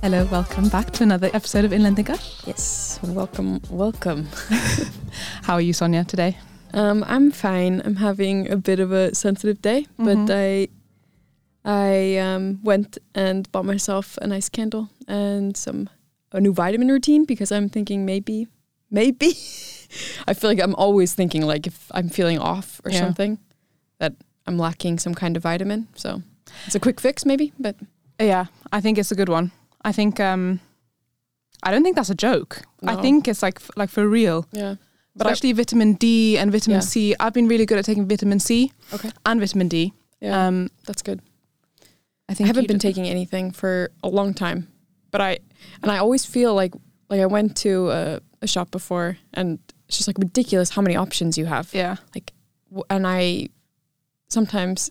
Hello, welcome back to another episode of Inland Thinker. Yes, welcome, welcome. How are you, Sonia, today? Um, I'm fine. I'm having a bit of a sensitive day, Mhm. but I, I um, went and bought myself a nice candle and some a new vitamin routine because I'm thinking maybe, maybe. I feel like I'm always thinking like if I'm feeling off or Yeah. something, that I'm lacking some kind of vitamin. So it's a quick fix maybe, but Yeah, I think it's a good one. I think um, I don't think that's a joke. I No. think it's like like for real. yeah. But But Especially vitamin D and vitamin Yeah. C. I've been really good at taking vitamin C Okay. and vitamin D. I, yeah, Um, that's good. I I think haven't you been did- taking anything for a long time, but I and I always feel like like I went to a, a shop before and it's just like ridiculous how many options you have, Yeah, W- and I sometimes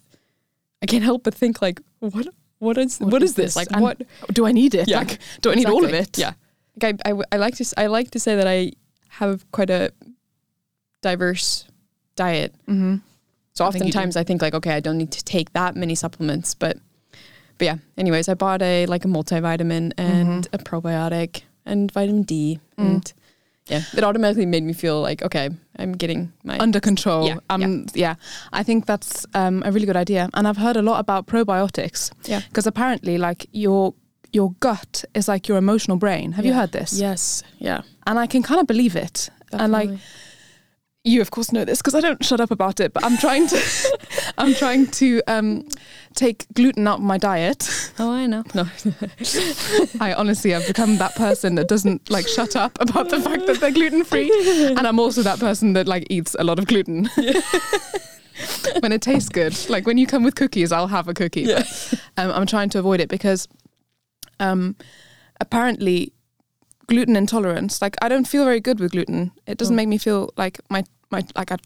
I can't help but think like what what is What what is is this this? like And what do I need it? Yeah. Like, do I need all of it? Exactly. Yeah, like I, I w- I like to s- I like to say that I have quite a diverse diet hmm So I think you do. oftentimes I think like, okay, I don't need to take that many supplements, but but yeah. Anyways, I bought a like a multivitamin and a probiotic and vitamin D Mm-hmm. Mm. and yeah, it automatically made me feel like okay, I'm getting my Under control. Yeah, um, yeah. I think that's um, a really good idea. And I've heard a lot about probiotics. Yeah. Because apparently, like your your gut is like your emotional brain. Have you Yeah. heard this? yes, yeah, And I can kind of believe it. And like definitely. you, of course, know this because I don't shut up about it. But I'm trying to, I'm trying to um, take gluten out of my diet. oh, I know. No, I honestly, I've become that person that doesn't like shut up about the fact that they're gluten free, and I'm also that person that like eats a lot of gluten. when it tastes good, like when you come with cookies, I'll have a cookie. Yeah. But, um, I'm trying to avoid it because, um, apparently, gluten intolerance. Like I don't feel very good with gluten. It doesn't Oh. make me feel like my my like I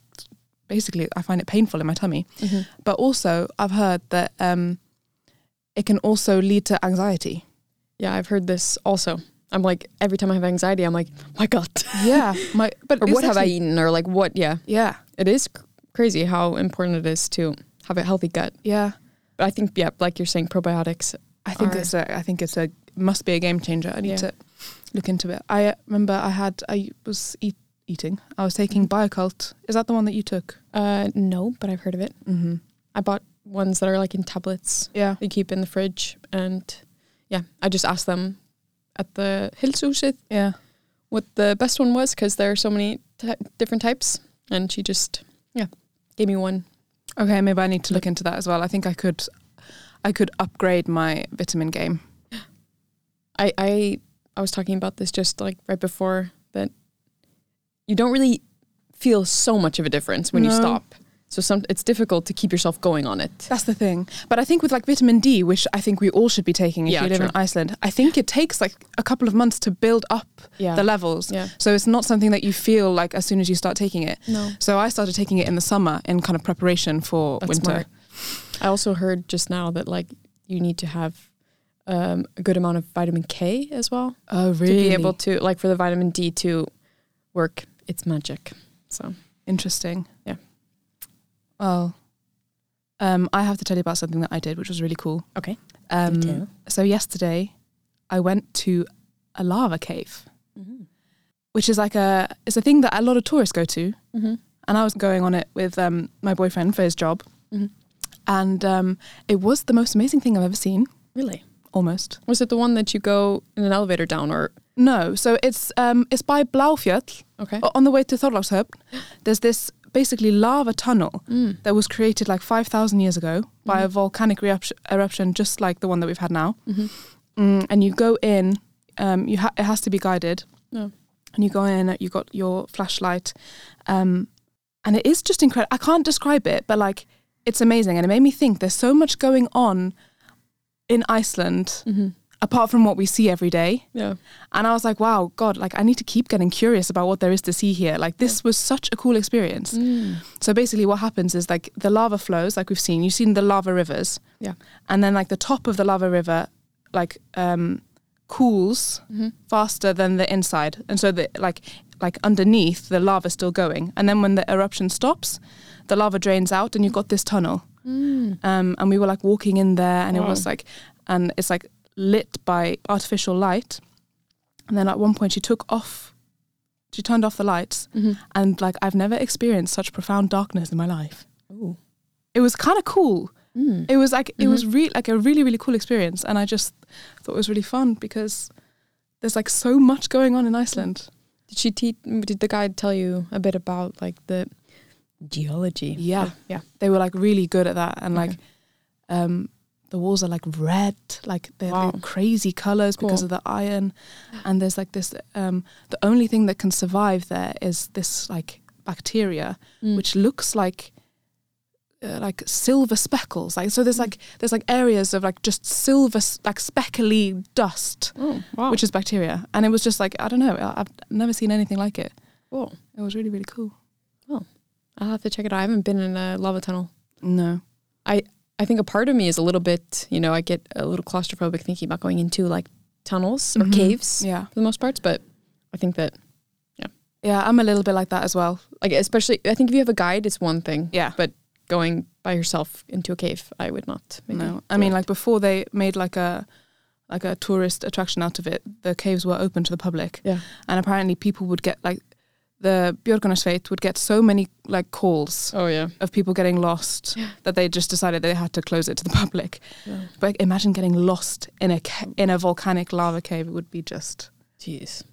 basically I find it painful in my tummy. Mhm. But also, I've heard that um, it can also lead to anxiety. yeah, I've heard this also. I'm like every time I have anxiety, I'm like "Oh my gut, Yeah, my but or it's what have I actually- eaten, or like what? Yeah, Yeah, it is cr- crazy how important it is to have a healthy gut. yeah. But I think yeah, like you're saying, probiotics I think Are- it's a. I think it's a must be a game changer. I need Yeah. to look into it. I uh, remember I had I was eat, eating. I was taking Mm-hmm. Biocult. Is that the one that you took? Uh, no, but I've heard of it. Mm-hmm. I bought ones that are like in tablets Yeah, you keep in the fridge, and yeah, I just asked them at the Hilsuset yeah. what the best one was because there are so many ty different types, and she just yeah gave me one. Okay, maybe I need to look into that as well. I think I could, I could upgrade my vitamin game. I I I was talking about this just like right before that you don't really feel so much of a difference when you No. stop. So some it's difficult to keep yourself going on it. That's the thing. But I think with like vitamin D, which I think we all should be taking if Yeah, you live in true. Iceland, I think it takes like a couple of months to build up Yeah. the levels. yeah. So it's not something that you feel like as soon as you start taking it. No. So I started taking it in the summer in kind of preparation for That's winter. smart. I also heard just now that like you need to have um, a good amount of vitamin K as well Oh, to be able to like for the vitamin D to work. It's magic. So Interesting. Yeah. Well, um, I have to tell you about something that I did, which was really cool. Okay. Um, so yesterday, I went to a lava cave, Mm-hmm. which is like a it's a thing that a lot of tourists go to, Mhm. and I was going on it with um, my boyfriend for his job, Mhm. and um, it was the most amazing thing I've ever seen. really Almost. was it the one that you go in an elevator down or No, so it's um, it's by Blaufjöll, okay? O- on the way to Thorlákshöfn, there's this basically lava tunnel Mm. that was created like 5,000 years ago by a volcanic eruption, eruption, just like the one that we've had now. Mhm. Mm, and you go in, um, you ha- it has to be guided. Yeah. And you go in, you got your flashlight. Um, and it is just incredible. I can't describe it, but like it's amazing. And it made me think there's so much going on in Iceland Mhm. apart from what we see every day. Yeah, And I was like, wow, God, like I need to keep getting curious about what there is to see here. Like this was such a cool experience. So basically what happens is like the lava flows, like we've seen, you've seen the lava rivers. Yeah. And then like the top of the lava river like um cools Mhm. faster than the inside. And so the like like underneath the lava's still going. And then when the eruption stops, the lava drains out and you've got this tunnel. Um, and we were like walking in there and it Wow. was like and it's like lit by artificial light. And then at one point, she took off, she turned off the lights, and like I've never experienced such profound darkness in my life. Ooh. It was kind of cool. Mm. It was like it was Mhm. re- like a really really cool experience, and I just thought it was really fun because there's like so much going on in Iceland. Did she teach? Did the guide tell you a bit about like the geology? Yeah. yeah. They were like really good at that, and Okay. like um, the walls are like red, like they're Wow. like crazy colors because Cool. of the iron. And there's like this. Um, the only thing that can survive there is this like bacteria, Mm. which looks like. Uh, like silver speckles, like so. There's Mm. like there's like areas of like just silver, s- like speckly dust, oh wow, which is bacteria, and it was just like I don't know. I, I've never seen anything like it. cool. It was really really cool. I'll have to check it out. I haven't been in a lava tunnel. No, I think a part of me is a little bit, you know, I get a little claustrophobic thinking about going into like tunnels or Mhm. caves yeah, for the most parts. But I think that, yeah. I'm a little bit like that as well. like, especially, I think if you have a guide, it's one thing. Yeah. Going by yourself into a cave, I would not. maybe No, I do mean it. like before they made like a like a tourist attraction out of it, the caves were open to the public, yeah. and apparently people would get like the Björgunarsveit would get so many like calls Oh yeah. of people getting lost Yeah. that they just decided they had to close it to the public. But imagine getting lost in a ca- in a volcanic lava cave; it would be just Jeez.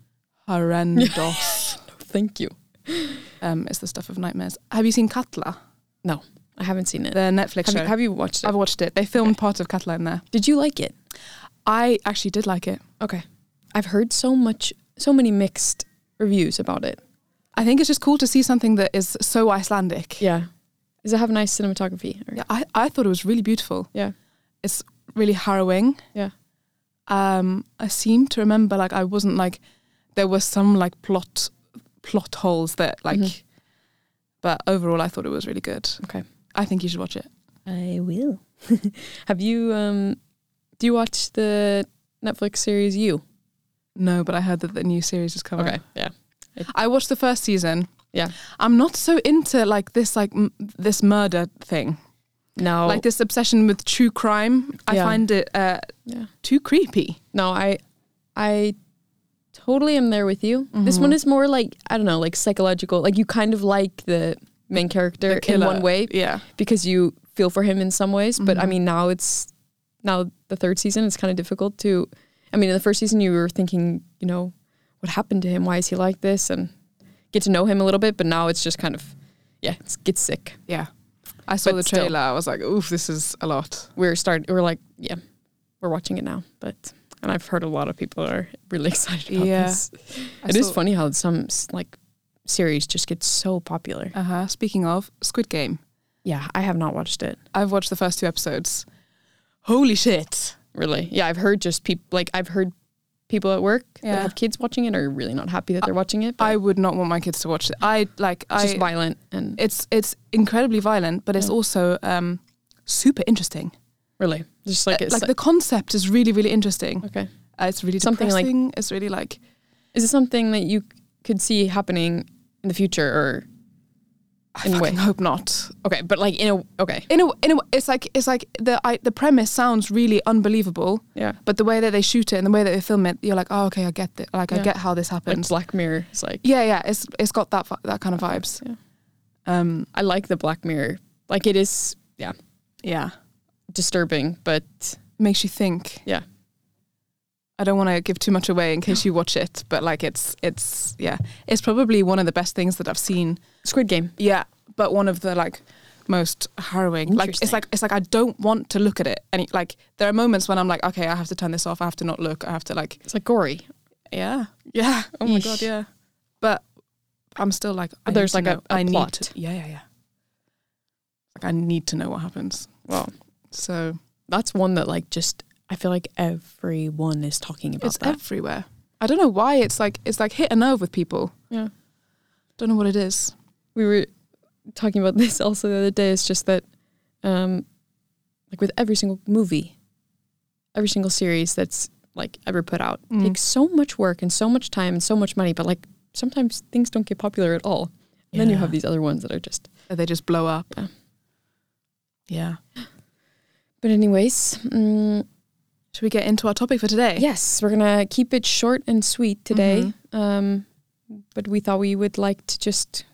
horrendous. Thank you. um, it's the stuff of nightmares. Have you seen Katla, I haven't seen it. the Netflix Have show? you, have you watched it? I've watched it. They filmed part of Katla in there. Did you like it? I actually did like it. Okay. I've heard so much, so many mixed reviews about it. I think it's just cool to see something that is so Icelandic. Yeah. Does it have nice cinematography? Or- Yeah, I, I thought it was really beautiful. Yeah. It's really harrowing. Yeah. Um, I seem to remember like I wasn't like there were some like plot plot holes that like Mhm. but overall I thought it was really good. Okay. I think you should watch it. I will. Have you um do you watch the Netflix series You? No, but I heard that the new series is coming. yeah. I watched the first season. Yeah. I'm not so into like this like m- this murder thing. No. Like this obsession with true crime. I Oh. Yeah. find it uh yeah. too creepy. No, I I totally am there with you. This one is more like I don't know, like psychological. Like you kind of like the main character in killer. one way Yeah. because you feel for him in some ways, but Mm-hmm. I mean now it's now the third season it's kind of difficult to I mean in the first season you were thinking, you know, what happened to him? Why is he like this? And get to know him a little bit, but now it's just kind of yeah, it's gets sick. Yeah. I saw But the still. trailer. I was like, oof, this is a lot. we're start we're like yeah we're watching it now but and i've heard a lot of people are really excited about Yeah. this I It is saw- funny how some s- like series just get so popular Uh-huh. Speaking of Squid Game, yeah i have not watched it I've watched the first two episodes. Holy shit. really yeah i've heard just people like i've heard people at work Yeah. that have kids watching it are really not happy that they're watching it but I would not want my kids to watch it. I like it's just I violent and it's it's incredibly violent, but it's Yeah. also um super interesting. really just like Uh, it's like like, the concept is really really interesting. okay Uh, it's really Something like- depressing. it's really like is it something that you could see happening in the future or I In a way. fucking hope not. okay but like in a okay In a in a it's like it's like the I, the premise sounds really unbelievable, yeah but the way that they shoot it and the way that they film it, you're like, "Oh, okay, I get it. Like I Yeah. get how this happens." like black mirror it's like Yeah, yeah, it's it's got that vi- that kind of vibes. yeah. Um, i like the black mirror like it is yeah yeah, disturbing, but makes you think. Yeah. I don't want to give too much away in case you watch it, but like it's it's yeah, it's probably one of the best things that I've seen. Squid Game. Yeah, but one of the like most harrowing. Like it's Interesting. like it's like I don't want to look at it. And like there are moments when I'm like, okay, I have to turn this off. I have to not look. I have to like It's like gory. yeah, yeah. Oh my god, Yeesh. yeah. But I'm still like, I But there's need to like a- know- a I plot. Need to, yeah, yeah, yeah. Like I need to know what happens. Wow. So That's one that like just I feel like everyone is talking about it's that. everywhere. I don't know why it's like it's like hit a nerve with people. Yeah. Don't know what it is. we were talking about this also the other day. It's just that um like with every single movie, every single series that's like ever put out Mm. takes so much work and so much time and so much money, but like sometimes things don't get popular at all. And then you Yeah. have these other ones that are just That They just blow up. Yeah. Yeah. But anyways, mm, Should we get into our topic for today? Yes, we're gonna keep it short and sweet today. Um, but we thought we would like to just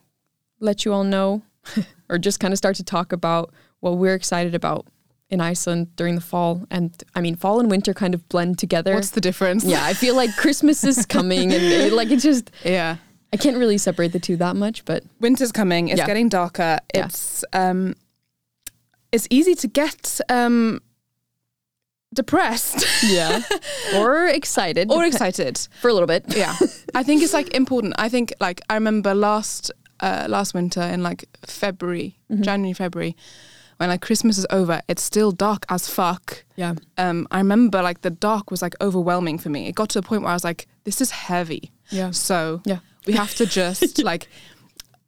let you all know, or just kind of start to talk about what we're excited about in Iceland during the fall. And I mean, fall and winter kind of blend together. What's the difference? yeah, I feel like Christmas is coming, and it, like it just Yeah. I can't really separate the two that much. But Winter's coming. It's Yeah. getting darker. Yeah. It's um it's easy to get um depressed yeah, or excited or depe- excited. for a little bit. yeah i think it's like important i think like i remember last uh last winter in like february january february when like christmas is over it's still dark as fuck Yeah, um i remember like the dark was like overwhelming for me it got to a point where i was like this is heavy yeah, so yeah. we have to just like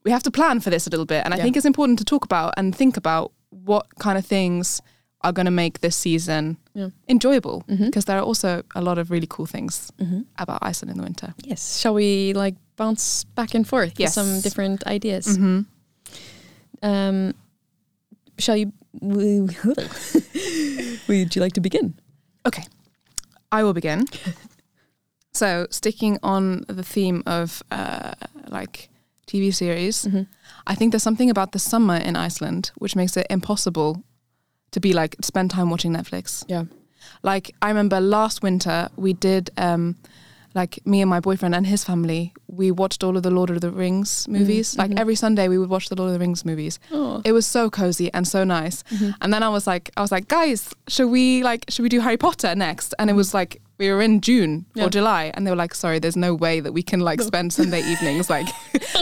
we have to plan for this a little bit and i Yeah. think it's important to talk about and think about what kind of things are going to make this season Yeah. enjoyable because Mhm. there are also a lot of really cool things Mm-hmm. about iceland in the winter Yes. Shall we like bounce back and forth Yes. with some different ideas? Mhm. Um, shall you? Would you like to begin? I will begin. so, sticking on the theme of uh, like TV series, Mhm. I think there's something about the summer in Iceland which makes it impossible to be like spend time watching Netflix. Yeah. Like I remember last winter we did um, like me and my boyfriend and his family we watched all of the Lord of the Rings movies. Like mhm. every Sunday we would watch the Lord of the Rings movies. Oh. It was so cozy and so nice. And then I was like, I was like, guys, should we like, should we do Harry Potter next? And it was like, we were in June Yeah. or July, and they were like, sorry, there's no way that we can like spend Sunday evenings like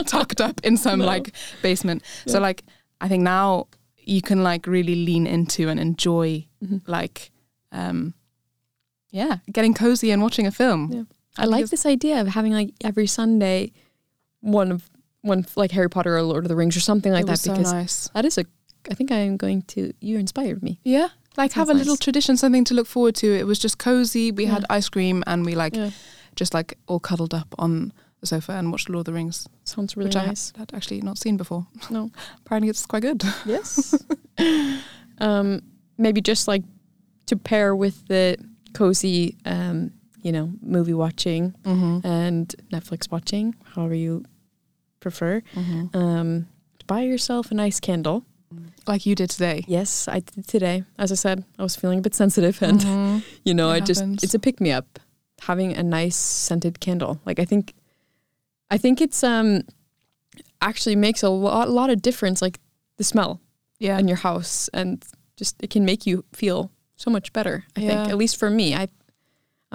tucked up in some No. like basement. So Yeah. like, I think now you can like really lean into and enjoy Mhm. like, um, yeah, getting cozy and watching a film. Yeah. I I like guess- this idea of having like every Sunday one of one f- like Harry Potter or Lord of the Rings or something like It that was so because nice. that is a I think I am going to you inspired me. Yeah. Like have Sounds a little nice. tradition, something to look forward to. It was just cozy. We had Yeah. ice cream and we like yeah. just like all cuddled up on the sofa and watched Lord of the Rings, Sounds really which nice. I had actually not seen before. No. Apparently, it's quite good. Yes. um, maybe just like to pair with the cozy, um, you know, movie watching Mm-hmm. and Netflix watching, however you prefer. Um, to buy yourself a nice candle. Like you did today. Yes, I did today. As I said, I was feeling a bit sensitive, and Mhm. you know, It I just happens. it's a pick me up having a nice scented candle. Like I think, I think it's um actually makes a lot lot of difference. Like the smell Yeah. in your house and just it can make you feel so much better i Yeah. think at least for me i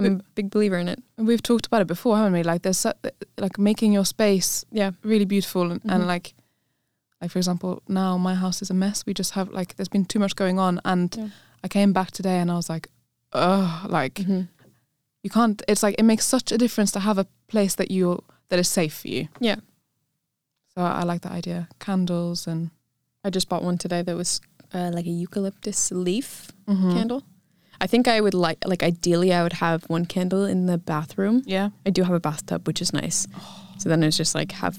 i'm a big believer in it And we've talked about it before, haven't we? Like there's so, like making your space yeah really beautiful and, and Mhm. like like for example, now my house is a mess. We just have like there's been too much going on, and Yeah. I came back today and I was like, oh, like Mm-hmm. you can't. It's like it makes such a difference to have a place that you that is safe for you. Yeah. So I like that idea. Candles and i just bought one today that was uh, like a eucalyptus leaf Mhm. candle i think i would like like ideally i would have one candle in the bathroom Yeah. i do have a bathtub which is nice so then it's just like have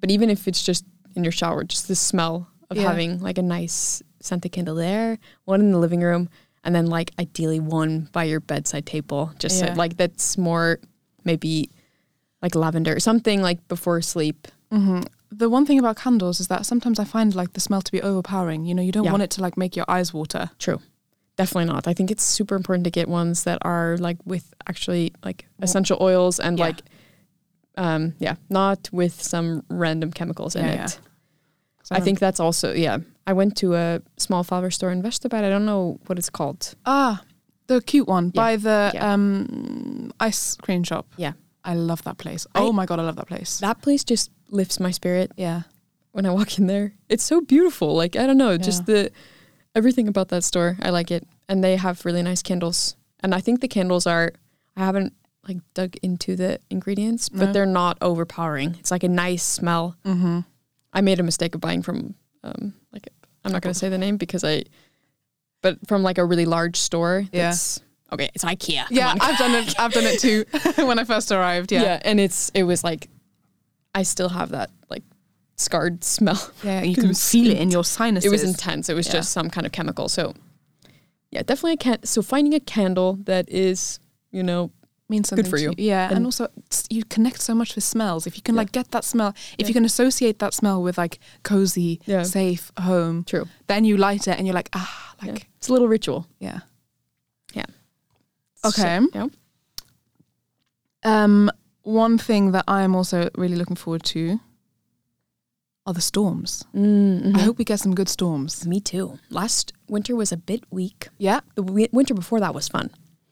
but even if it's just in your shower just the smell of Yeah. having like a nice scented candle there one in the living room and then like ideally one by your bedside table just so- Yeah. like that's more maybe like lavender or something like before sleep hmm The one thing about candles is that sometimes I find like the smell to be overpowering. You know, you don't Yeah. want it to like make your eyes water. definitely not i think it's super important to get ones that are like with actually like Wo- essential oils Mm. and Yeah. like um yeah not with some random chemicals in Yeah, it yeah. 'Cause I think that's also yeah. I went to a small flower store in Vesterberg. I don't know what it's called. remember- ah the cute one Yeah. by the Yeah. um ice cream shop. Yeah. I love that place. I- oh my god, I love that place. That place just lifts my spirit yeah, when I walk in there. It's so beautiful. Like I don't know, just the everything about that store. I like it, and they have really nice candles. And I think the candles are. I haven't like dug into the ingredients, but No. they're not overpowering. It's like a nice smell. mm-hmm. I made a mistake of buying from um like I'm not gonna say the name because I, but from like a really large store. Yeah. That's, Okay, it's IKEA. Come yeah. on. I've done it. I've done it too when I first arrived. yeah. Yeah, and it's it was like i still have that like scarred smell yeah. you It can was feel it in int- your sinuses. it was intense it was Yeah. just some kind of chemical so yeah, definitely a can. So finding a candle that is, you know, means something Good for to you. Yeah, and, And- also s- you connect so much with smells. If you can Yeah. like get that smell, if Yeah. you can associate that smell with like cozy, Yeah. safe home, true. then you light it and you're like ah, Yeah. like It's a little ritual. yeah. Yeah. Okay. So- yeah. Um, one thing that I am also really looking forward to are the storms. Mm, I mhm. hope we get some good storms. Me too. Last winter was a bit weak. Yeah, The wi- winter before that was fun.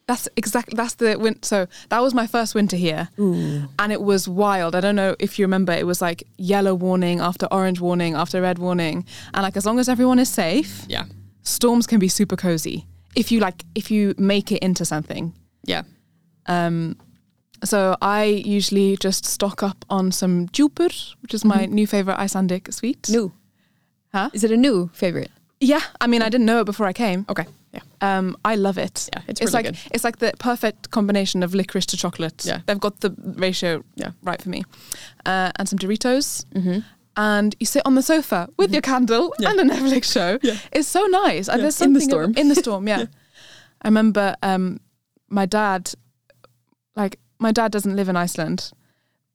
that's exactly that's the win- so that was my first winter here. Ooh. and it was wild. I don't know if you remember, it was like yellow warning after orange warning after red warning. And like as long as everyone is safe, Yeah. storms can be super cozy if you like if you make it into something. Yeah. Um so I usually just stock up on some djupur, which is my new favorite Icelandic sweet. New. Huh? Is it a new favorite? Yeah, I mean I didn't know it before I came. Okay. Yeah. Um I love it. Yeah. It's, It's, really like good. it's like the perfect combination of licorice to chocolate. Yeah. They've got the ratio Yeah. right for me. Uh, and some Doritos. Mm-hmm. and you sit on the sofa with your candle Yeah. and a Netflix show. Yeah. It's so nice. Uh, Yeah. There's In the something ab- storm. in the storm, yeah. I remember um, my dad, like my dad doesn't live in Iceland,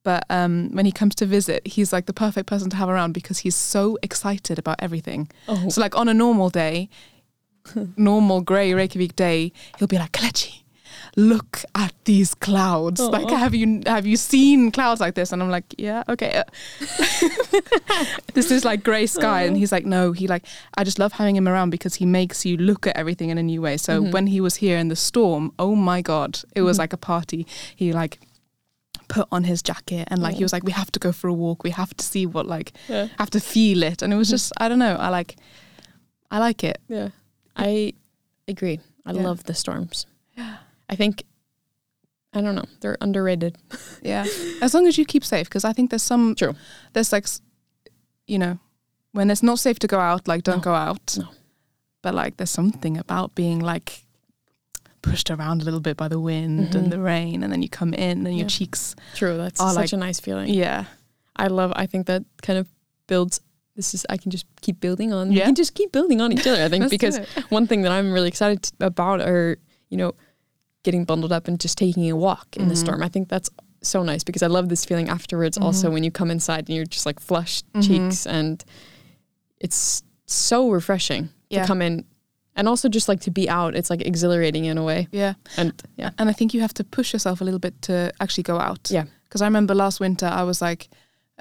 but um, when he comes to visit, he's like the perfect person to have around because he's so excited about everything. Oh. So like on a normal day, normal grey Reykjavik day, he'll be like, Kalechi, look at these clouds. Aw. Like have you have you seen clouds like this? And I'm like, yeah, okay. this is like grey sky. And he's like, no, he like I just love having him around because he makes you look at everything in a new way. So when he was here in the storm, oh my god, it was like a party. He like put on his jacket and like he was like we have to go for a walk we have to see what like Yeah. have to feel it and it was just i don't know i like i like it Yeah. I agree. I Yeah. love the storms. I think I don't know. They're underrated. yeah as long as you keep safe because i think there's some True. there's like s- you know when it's not safe to go out like don't No. go out No. but like there's something about being like pushed around a little bit by the wind Mhm. and the rain and then you come in and Yeah. your cheeks True. That's Are such like- a nice feeling. yeah I love. I think that kind of builds. This is. I can just keep building on. We Yeah. can just keep building on each other. I think Let's do because it. one thing that I'm really excited t- about are you know getting bundled up and just taking a walk in the Mhm. storm. I think that's so nice because I love this feeling afterwards. Also, Mhm. when you come inside and you're just like flushed Mhm. cheeks and it's so refreshing Yeah. to come in. And also just like to be out, it's like exhilarating in a way. yeah And yeah, And I think you have to push yourself a little bit to actually go out. Yeah. Because I remember last winter, I was like,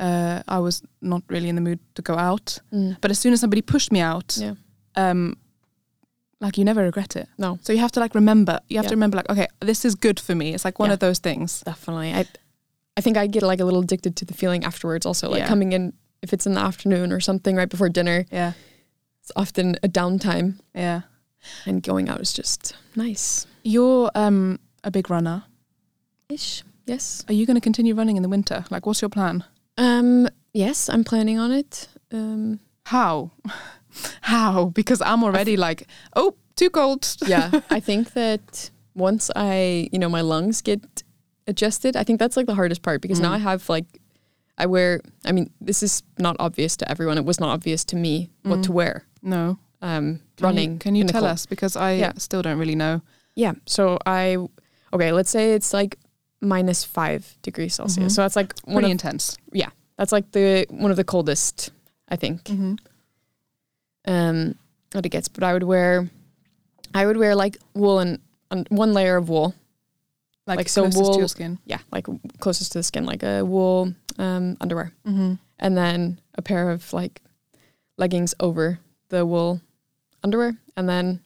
uh, I was not really in the mood to go out. But as soon as somebody pushed me out, Yeah. um, like you never regret it. no, So you have to like remember, you have Yeah. to remember, like, okay, this is good for me. It's like one Yeah. of those things. Definitely. I I think I get like a little addicted to the feeling afterwards also. Like Yeah. coming in if it's in the afternoon or something right before dinner, Yeah. it's often a downtime Yeah. and going out is just nice. You're um, a big runner. Ish. Yes. Are you going to continue running in the winter? Like, what's your plan? Um yes, I'm planning on it. Um How? How? Because I'm already like, oh, too cold. yeah, I think that once I, you know, my lungs get adjusted, I think that's like the hardest part because now Mm. I have like I wear I mean, this is not obvious to everyone. It was not obvious to me what Mm. to wear. No. Um Can you- running. Can you in the tell cold. us? Because I Yeah. still don't really know. Yeah. So I okay, let's say it's like minus five degrees Celsius. Mhm. So that's like one Pretty of, intense. that's like the one of the coldest, I think. Um that it gets. But I would wear I would wear like woolen un- one layer of wool. Like, Like, so so closest to your wool- skin. Yeah, like closest to the skin, like a wool um underwear. And then a pair of like leggings over the wool underwear and then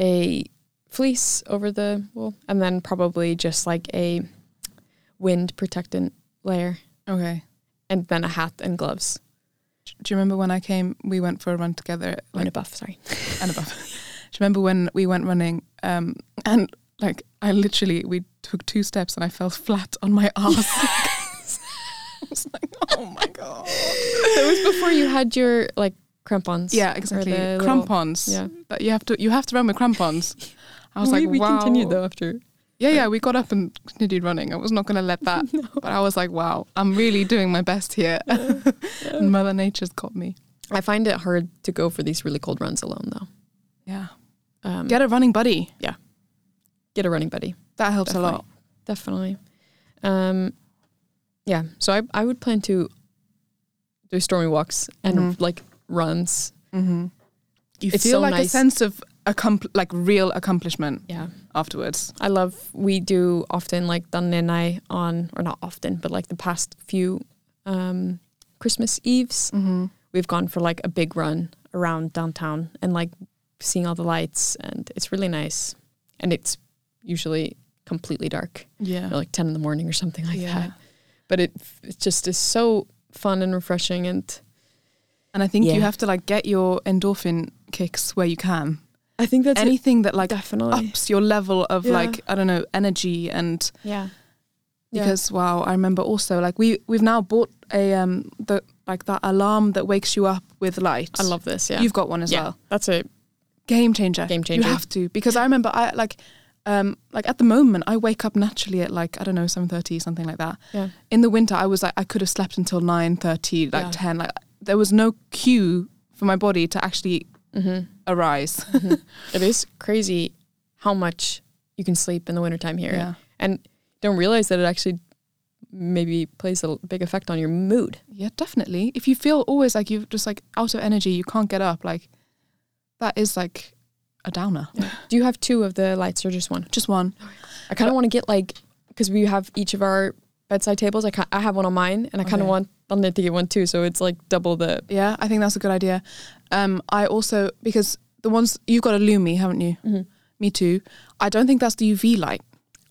a fleece over the wool and then probably just like a wind protectant layer Okay. and then a hat and gloves Do you remember when I came? We went for a run together, and like a buff sorry and above. Do you remember when we went running? Um, and like I literally, we took two steps and I fell flat on my ass. I was like, oh my god. it was before you had your like crampons Yeah, exactly. the little- Crampons. yeah But you have to you have to run with crampons. I was we, like, we wow. continued though after Yeah, yeah. We got up and continued running. I was not going to let that. But I was like, wow, I'm really doing my best here. and Mother Nature's got me. i find it hard to go for these really cold runs alone though Yeah. um um, Get a running buddy. get a running buddy. That helps Definitely. a lot. Definitely. Um, yeah. So I, I would plan to do stormy walks and Mhm. like runs. Mm-hmm. You It's feel so like a nice. sense of accompl- like real accomplishment Yeah. afterwards. I love, we do often like Dan and I on, or not often, but like the past few um, Christmas Eves, Mm-hmm. we've gone for like a big run around downtown and like seeing all the lights and it's really nice. And it's usually completely dark, Yeah. like 10 in the morning or something like yeah. that. but it it just is so fun and refreshing and And I think Yeah. you have to like get your endorphin kicks where you can. I think that's Anything that like definitely ups your level of Yeah. like I don't know energy and yeah because wow I remember also like we we've now bought a um the like that alarm that wakes you up with light. I love this yeah You've got one as Yeah. well. that's it Game changer. Game changer. You have to because I remember I like um like at the moment I wake up naturally at like I don't know 7:30 something like that. yeah In the winter I was like I could have slept until 9:30 like Yeah. 10 like there was no cue for my body to actually hmm arise. it is crazy how much you can sleep in the wintertime here Yeah. and don't realize that it actually maybe plays a l- big effect on your mood Yeah, definitely. If you feel always like you've just like out of energy, you can't get up, like that is like a downer. do you have two of the lights or just one Just one. I kind of want to get like because we have each of our bedside tables I, ca- I have one on mine and I kind of Okay. want Dante to get one too so it's like double the Yeah, I think that's a good idea. Um, I also because the ones you've got a Lumi, haven't you? Mm-hmm. Me too. I don't think that's the UV light.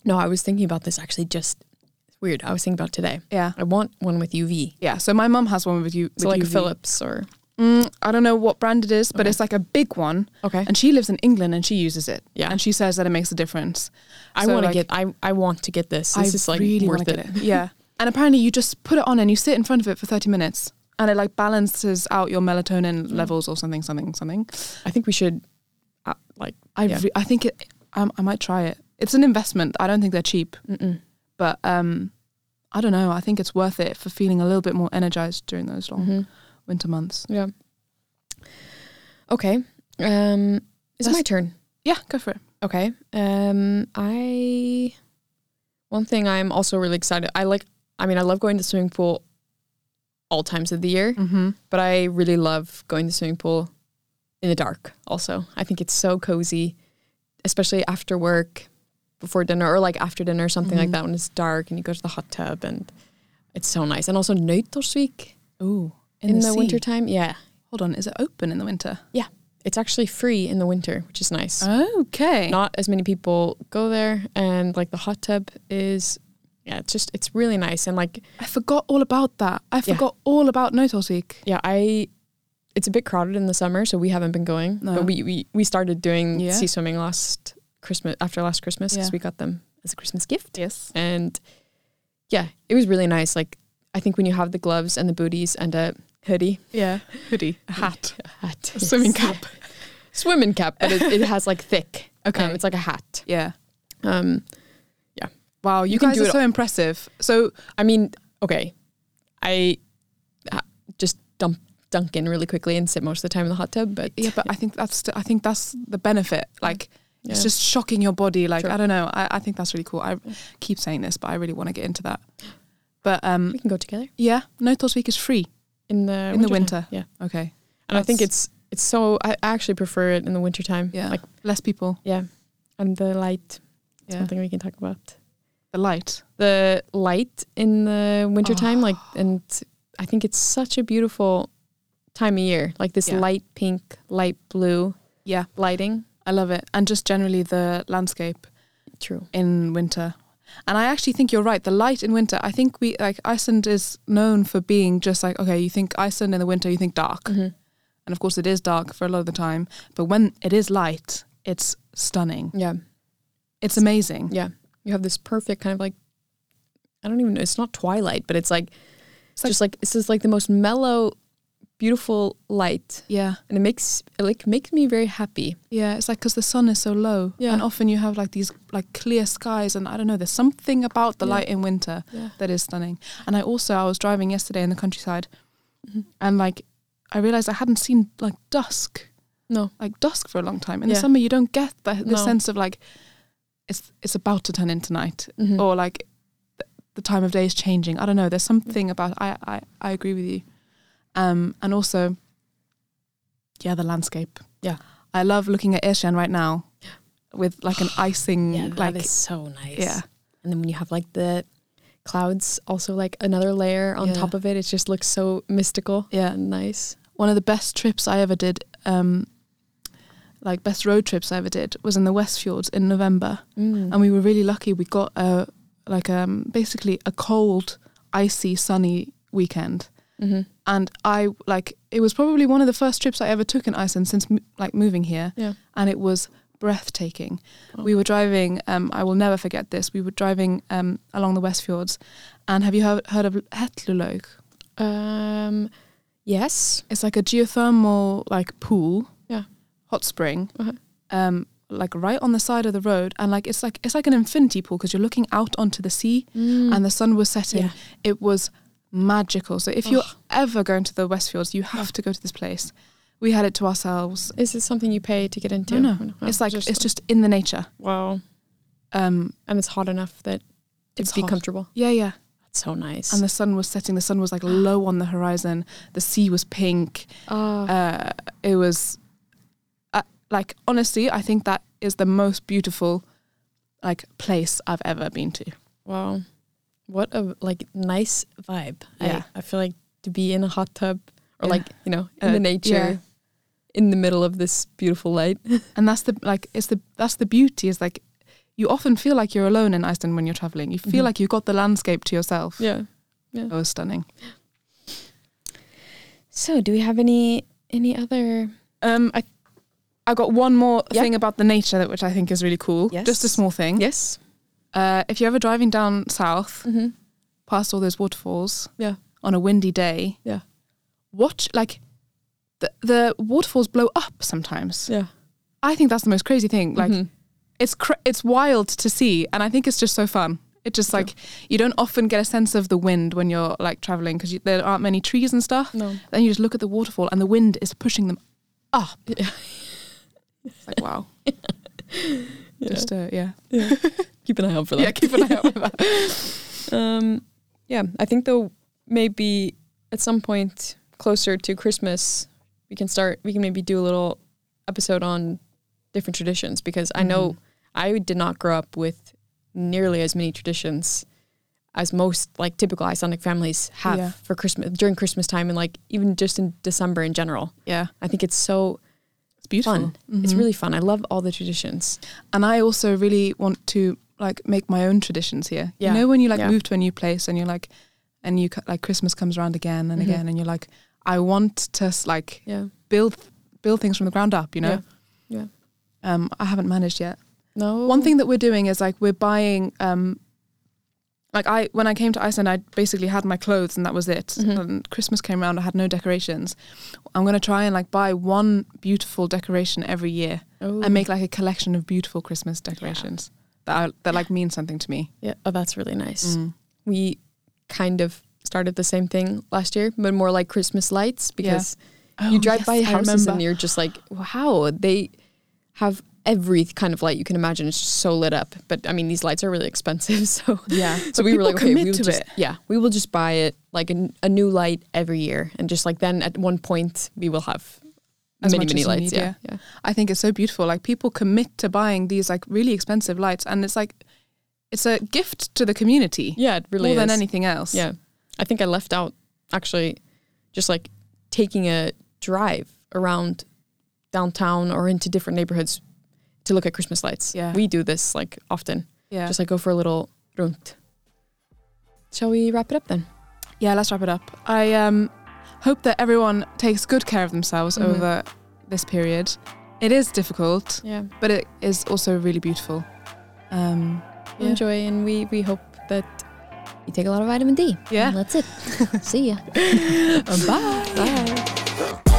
no I was thinking about this actually just it's weird I was thinking about today Yeah. I want one with UV. Yeah. So my mum has one with you. So with like a UV. Philips or Mm, I don't know what brand it is, but Okay. it's like a big one, okay. and she lives in England and she uses it. Yeah. And she says that it makes a difference. I so, want to like- get I I want to get this. This I is like really worth wanna it. get Yeah. And apparently you just put it on and you sit in front of it for 30 minutes and it like balances out your Mm. melatonin levels or something, something, something. I think we should uh, like I, Yeah. re- I think it, um, I might try it. It's an investment. I don't think they're cheap, mm-mm. but um, I don't know. I think it's worth it for feeling a little bit more energized during those long Mhm. winter months. yeah. Okay. Um it's That's- my turn. Yeah, go for it. Okay. Um I one thing I'm also really excited. I like I mean I love going to the swimming pool all times of the year, Mm-hmm. but I really love going to the swimming pool in the dark also. I think it's so cozy, especially after work, before dinner, or like after dinner or something like Mhm. that when it's dark and you go to the hot tub and it's so nice. And also Nøytorsvik Ooh, in, the, sea. wintertime. Yeah. Hold on, is it open in the winter? It's actually free in the winter, which is nice. Oh, Okay. Not as many people go there and like the hot tub is yeah, it's just it's really nice and like I forgot all about that. I forgot all about Notorsvik. yeah, I it's a bit crowded in the summer, so we haven't been going. No. But we, we we started doing Yeah. sea swimming last Christmas after last Christmas because Yeah. we got them as a Christmas gift. Yes. And yeah, it was really nice. Like I think when you have the gloves and the booties and a hoodie, Yeah. Hoodie, a hat, hat, a swimming yes. cap. swimming cap, but it, it has like thick. Okay. um, it's like a hat. Yeah. Um, Wow, you, can guys do are it so impressive. So I mean, okay, I uh, just dump dunk in really quickly and sit most of the time in the hot tub, but yeah, but I think that's st- I think that's the benefit. Like Yeah. it's just shocking your body. Like Sure. I don't know. I, I think that's really cool. I keep saying this, but I really want to get into that. But um, we can go together yeah, No Thoughts Week is free. in the In the wintertime. winter. Yeah. Okay, And I think That's- it's it's so I I actually prefer it in the wintertime. Yeah. Like less people. yeah. And the light. Yeah, Something we can talk about. the light. The light in the wintertime, Oh. like and I think it's such a beautiful time of year. Like this Yeah. light pink, light blue Yeah, lighting. I love it, and just generally the landscape True. in winter. And I actually think you're right. The light in winter. I think we like Iceland is known for being just like okay. You think Iceland in the winter, you think dark. And of course, it is dark for a lot of the time, but when it is light, it's stunning. Yeah. It's amazing. Yeah. You have this perfect kind of like I don't even know, it's not twilight, but it's like like- just like this is like the most mellow, beautiful light. Yeah. And it makes it like makes me very happy. Yeah. It's like because the sun is so low. Yeah. And often you have like these like clear skies, and I don't know, there's something about the Yeah. light in winter Yeah. that is stunning. And I also, I was driving yesterday in the countryside Mhm. and like I realized I hadn't seen like dusk No. like dusk for a long time. In the Yeah. summer, you don't get the, the No. sense of like it's it's about to turn into night Mhm. or like th- the time of day is changing. I don't know. There's Mm. something about I I, I agree with you, um, and also yeah, the landscape. Yeah. I love looking at Irshan right now with like an icing yeah, that is like so nice. yeah. And then when you have like the clouds, also like another layer on Yeah. top of it, it just looks so mystical. Yeah. and nice. one of the best trips I ever did, um, like best road trips I ever did, was in the Westfjords in November, Mm. Um, and we were really lucky. We got a like um, basically a cold, icy, sunny weekend, Mhm. and I like it was probably one of the first trips I ever took in Iceland since m- like moving here, Yeah. and it was breathtaking. Oh. We were driving. Um, I will never forget this. We were driving um, along the Westfjords, and have you heard, heard of Hetlulaug? Um, yes. It's like a geothermal like pool. Yeah. Hot spring. Uh-huh. Um like right on the side of the road and like it's like it's like an infinity pool because you're looking out onto the sea and the sun was setting. Mm. Yeah. It was magical. So if you're ever going to the Westfields, you have to go to this place. We had it to ourselves. Is this something you pay to get into? No, Or it's like it's just in the nature. wow, Um and it's hot enough that It's it's be hot. comfortable. yeah, yeah. That's so nice. And the sun was setting. The sun was like low on the horizon. The sea was pink. Ah, uh, it was uh, like honestly i think that is the most beautiful like place i've ever been to wow, what a like nice vibe. Yeah. I, I feel like to be in a hot tub or Yeah. like you know in Uh, the nature, yeah. in the middle of this beautiful light. and that's the like it's the that's the beauty is like you often feel like you're alone in iceland when you're traveling you feel Mhm. like you've got the landscape to yourself yeah. it was stunning So, do we have any any other? um i i got one more Yeah. thing about the nature that which i think is really cool Yes. just a small thing Yes. uh if you're ever driving down south Mm-hmm. past all those waterfalls Yeah. on a windy day Yeah. watch like the, the waterfalls blow up sometimes Yeah. I think that's the most crazy thing. Like Mhm. it's cr- it's wild to see, and I think it's just so fun. It just Yeah. like you don't often get a sense of the wind when you're like traveling because there aren't many trees and stuff. no. Then you just look at the waterfall, and the wind is pushing them up. Yeah. It's like wow, Yeah. just uh, yeah, keep an eye out for yeah. that. Keep an eye out for that. Um, yeah, I think though maybe at some point closer to Christmas, we can start. We can maybe do a little episode on different traditions because I know Mhm. I did not grow up with nearly as many traditions as most like typical Icelandic families have Yeah. for Christmas during Christmas time and like even just in December in general. Yeah, I think it's so it's beautiful. fun. It's Mhm. really fun. I love all the traditions. and I also really want to like make my own traditions here. Yeah. You know when you like Yeah. move to a new place and you're like, and you c- like Christmas comes around again and Mhm. again, and you're like, I want to s- like Yeah. build build things from the ground up. You know, Yeah. Um, I haven't managed yet. No. One thing that we're doing is like we're buying. Um, like I, when I came to Iceland, I basically had my clothes and that was it. Mhm. And Christmas came around, I had no decorations. I'm gonna try and like buy one beautiful decoration every year oh. and make like a collection of beautiful Christmas decorations that I, that like mean something to me. Yeah. Oh, that's really nice. Mm. we kind of started the same thing last year, but more like Christmas lights because Oh, you drive by houses and you're just like, wow, they have every kind of light you can imagine. It's just so lit up. But I mean, these lights are really expensive, so yeah. so we were like, okay, commit we will to just it. yeah, we will just buy it like a, n- a new light every year, and just like then at one point we will have As many much many as you lights. need, yeah, yeah, I think it's so beautiful. Like people commit to buying these like really expensive lights, and it's like it's a gift to the community yeah. It really more is. than anything else. Yeah. I think I left out actually just like taking a drive around downtown or into different neighborhoods to look at Christmas lights. Yeah. We do this like often. yeah. Just like go for a little runt. Shall we wrap it up then? yeah. Let's wrap it up. I um, hope that everyone takes good care of themselves Mhm. over this period. It is difficult, Yeah. but it is also really beautiful. Um, Yeah. Enjoy and we we hope that you take a lot of vitamin D. yeah. And that's it. See ya. Bye. Bye. Yeah.